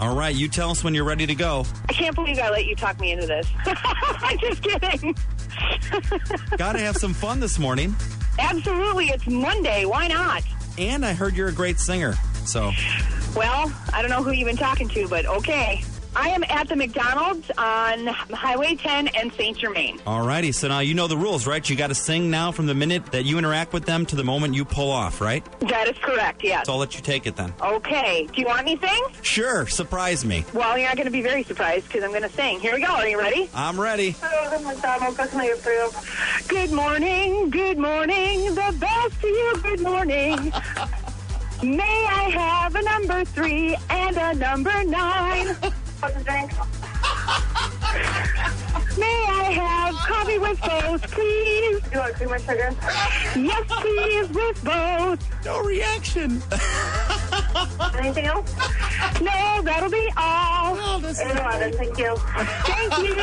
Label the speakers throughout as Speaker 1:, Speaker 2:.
Speaker 1: All right, you tell us when you're ready to go.
Speaker 2: I can't believe I let you talk me into this. I'm just kidding.
Speaker 1: Got to have some fun this morning.
Speaker 2: Absolutely, it's Monday. Why not?
Speaker 1: And I heard you're a great singer. So,
Speaker 2: Well, I don't know who you've been talking to, but okay. I am at the McDonald's on Highway 10 and St. Germain.
Speaker 1: all righty. So now you know the rules, right? You got to sing now from the minute that you interact with them to the moment you pull off, right?
Speaker 2: That is correct, yes.
Speaker 1: So I'll let you take it then.
Speaker 2: Okay. Do you want anything?
Speaker 1: Sure, surprise me.
Speaker 2: Well, you're not going to be very surprised because I'm going to sing. Here we go. Are you ready?
Speaker 1: I'm ready.
Speaker 2: Good morning, good morning, the best to you, good morning. May I have a number three and a number nine? May I have coffee with both, please? You want cream and sugar? Yes, please, with both.
Speaker 1: No reaction.
Speaker 2: Anything else? No, that'll be all.
Speaker 1: Oh,
Speaker 2: thank you. Thank you.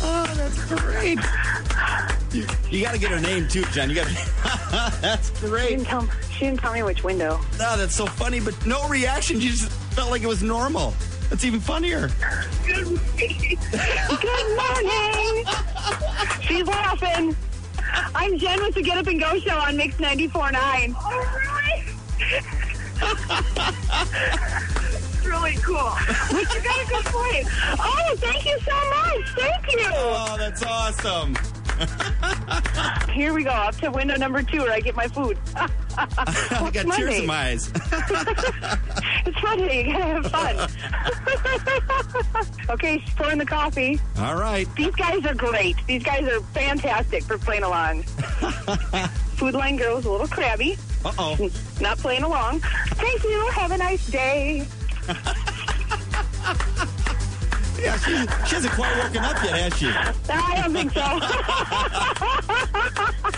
Speaker 1: oh, Great. You, you got to get her name too, Jen. You got. that's
Speaker 2: She
Speaker 1: great.
Speaker 2: didn't, tell, she didn't tell me which window.
Speaker 1: No, that's so funny, but no reaction. You just felt like it was normal. That's even funnier.
Speaker 2: Good morning. She's laughing. I'm Jen with the Get Up and Go show on Mix 94.9. Oh, really? really cool. But you got a good point. Oh, thank you so much. Thank you.
Speaker 1: Oh, that's awesome.
Speaker 2: Here we go. Up to window number two where I get my food.
Speaker 1: I got tears
Speaker 2: Monday.
Speaker 1: in my eyes.
Speaker 2: It's Monday. You gotta have fun. okay, she's pouring the coffee.
Speaker 1: All right.
Speaker 2: These guys are great. These guys are fantastic for playing along. Food line girl was a little crabby,
Speaker 1: Uh oh.
Speaker 2: not playing along. Thank you. Have a nice day.
Speaker 1: Yeah, she, she hasn't quite woken up yet, has she?
Speaker 2: I don't think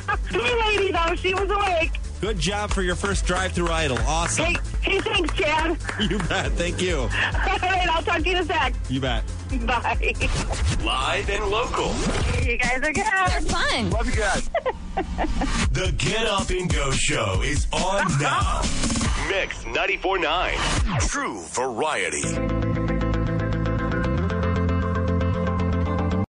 Speaker 2: so. Sweet lady, though, she was awake.
Speaker 1: Good job for your first drive-through idol. Awesome.
Speaker 2: Hey, hey, thanks, Chad.
Speaker 1: You bet. Thank you.
Speaker 2: All right, I'll talk to you in a sec.
Speaker 1: You bet.
Speaker 2: Bye.
Speaker 3: Live and local.
Speaker 2: You guys are good.
Speaker 4: They're fun.
Speaker 3: Love you guys. the Get Up and Go Show is on now. Mix 94.9. True variety.